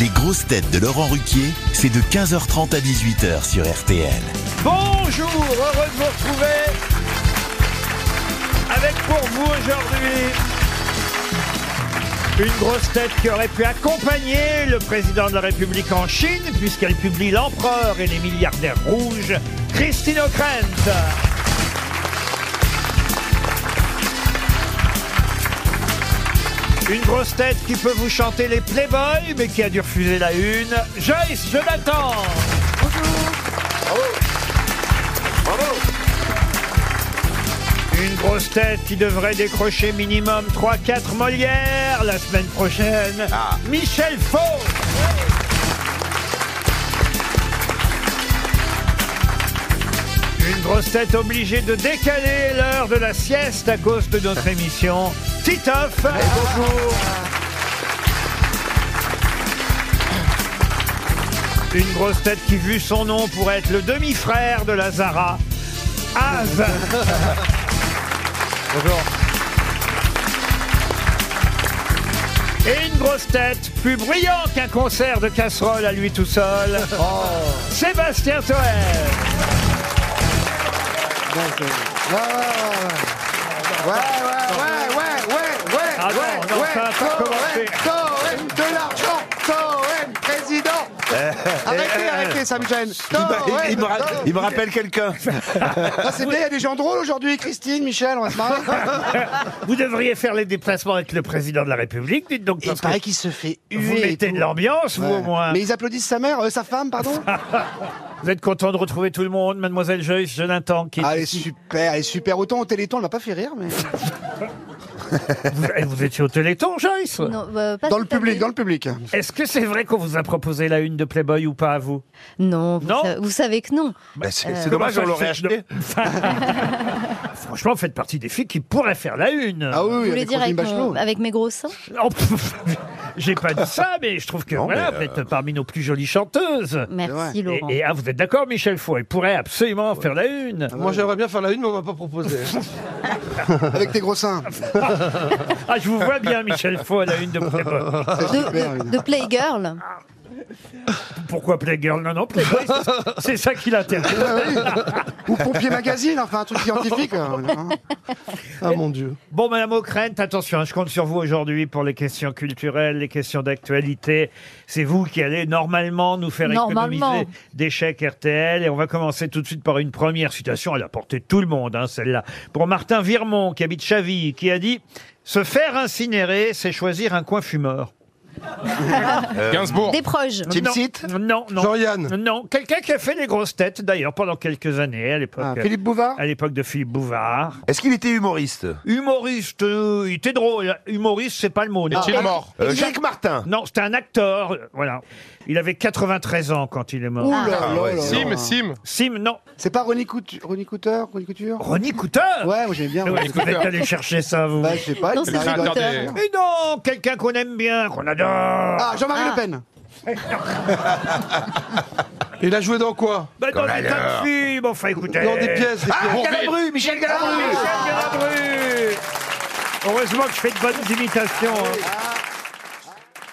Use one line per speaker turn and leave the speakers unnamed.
Les grosses têtes de Laurent Ruquier, c'est de 15h30 à 18h sur RTL.
Bonjour, heureux de vous retrouver avec pour vous aujourd'hui une grosse tête qui aurait pu accompagner le président de la République en Chine puisqu'elle publie L'Empereur et les milliardaires rouges, Christine O'Krent. Une grosse tête qui peut vous chanter les Playboys mais qui a dû refuser la une, Joyce Jonathan. Une grosse tête qui devrait décrocher minimum 3-4 Molières la semaine prochaine. Michel Faux. Une grosse tête obligée de décaler l'heure de la sieste à cause de notre émission. Titoff. bonjour. Une grosse tête qui, vu son nom, pourrait être le demi-frère de Lazara. Az. Bonjour. Et une grosse tête plus brillante qu'un concert de casserole à lui tout seul.
Oh.
Sébastien Toer.
Ouais, ouais, ouais, ouais, ouais, ouais,
Ah non,
ouais,
non,
ouais,
ça a pas
Cohen,
commencé.
Cohen, de l'argent, Cohen, président. Arrêtez, arrêtez, ça me gêne. Cohen,
Il, il me ra-
Cohen.
il me rappelle quelqu'un.
Ah, c'est bien, il y a des gens drôles aujourd'hui, Christine, Michel, on va se marrer.
Vous devriez faire les déplacements avec le président de la République, dites donc.
Il
parce
paraît
que
qu'il se fait
vous
huer. et
mettez
tout.
de l'ambiance, vous
Ouais.
au moins.
Mais ils applaudissent sa mère, euh, sa femme, pardon.
Vous êtes content de retrouver tout le monde, mademoiselle Joyce Jonathan, qui
Ah, elle est super, elle est super. Autant au Téléthon, elle m'a pas fait rire, mais
vous, eh, vous étiez au Téléthon, Joyce
Non, bah, pas
dans le
cette année.
public, dans le public.
Est-ce que c'est vrai qu'on vous a proposé la une de Playboy ou pas à vous
Non, vous,
Non.
sa- vous savez que non.
Bah, c'est
Euh,
c'est dommage, on
Comment ça,
l'aurait
je sais-
acheté.
Franchement, vous faites partie des filles qui pourraient faire la une.
Ah oui,
Vous
oui,
voulez
avec
dire
Roselyne
avec, mon-
Bachelot.
avec mes gros seins
Oh, pff, J'ai pas dit ça, mais je trouve que
Non,
voilà,
mais, euh,
vous êtes parmi nos plus jolies chanteuses.
Merci
Ouais.
Laurent.
Et, et, ah, vous êtes d'accord, Michel Faux Elle pourrait absolument faire la une.
Ah Moi j'aimerais bien faire la une, mais on m'a pas proposé.
euh,
Avec tes gros seins.
Ah, je vous vois bien, Michel Faux, à la une de Playboy.
Ah, C'est
De,
super,
de-
oui.
de Playgirl
Pourquoi Playgirl Non, non, Playboy, c'est- c'est ça qui l'intéresse.
Ou Pompier Magazine, enfin un truc scientifique. hein.
Ah mon dieu.
Bon, Madame O'Krent, attention, hein, je compte sur vous aujourd'hui pour les questions culturelles, les questions d'actualité. C'est vous qui allez normalement nous faire
Normalement.
économiser des chèques RTL. Et on va commencer tout de suite par une première citation à la portée de tout le monde, hein, celle-là. Pour Martin Virmont, qui habite Chaville, qui a dit « Se faire incinérer, c'est choisir un coin fumeur.
Gainsbourg.
des proches.
Tim
Non.
Sit
Non, non.
Jean-Yann.
Non, quelqu'un qui a fait les grosses têtes, d'ailleurs, pendant quelques années, à l'époque...
Ah, Philippe Bouvard
à l'époque de Philippe Bouvard.
Est-ce qu'il était humoriste
Humoriste, euh, il était drôle. Humoriste, c'est pas le mot. non. Ah,
mort Euh, Jacques Martin.
Non, c'était un acteur. euh, Voilà. Il avait 93 ans quand il est mort.
Ouh là
Ah,
là
ouais,
là
Sim,
là.
Sim.
Sim, non.
C'est pas Ronnie Couture, Ronnie Couture, Ronnie Couture
Ronnie Couter
Ouais, moi j'aime bien.
Vous
ouais.
êtes allé chercher ça, vous.
Bah, je sais pas.
Non,
il
c'est
m'a
des
rigolé.
auteurs.
Mais non, quelqu'un qu'on aime bien, qu'on adore.
Ah, Jean-Marie
Ah.
Le Pen.
Il a joué dans quoi
Bah, dans
Qu'on
des tas
adore.
de films, enfin écoutez.
Dans des pièces.
ah,
des pièces.
Galabru, Michel Galabru
Michel Galabru. Heureusement que je fais de bonnes imitations. hein.